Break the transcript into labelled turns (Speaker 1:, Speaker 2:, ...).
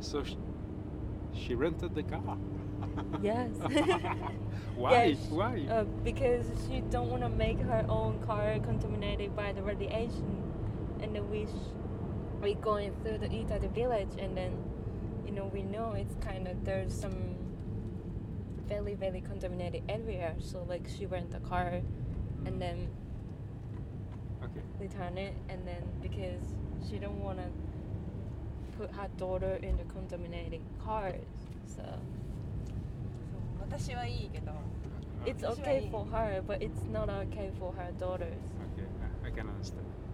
Speaker 1: So sh- she rented the car.
Speaker 2: Yes.
Speaker 1: Why?
Speaker 2: Yes.
Speaker 1: Why?
Speaker 2: uh, because she don't want to make her own car contaminated by the radiation, and then we sh- we going through the Ita the village, and then you know we know it's kind of there's some very very contaminated area. So like she rent a car,
Speaker 1: Mm.
Speaker 2: and then
Speaker 1: okay.
Speaker 2: return it, and then because she don't want to put her daughter in the contaminated cars, so
Speaker 1: Oh.
Speaker 3: そう私はいいけど
Speaker 2: it's
Speaker 3: That's
Speaker 2: okay
Speaker 3: right.
Speaker 2: for her, but it's not okay for her daughters.
Speaker 1: Okay, I- I can understand.
Speaker 2: 嗯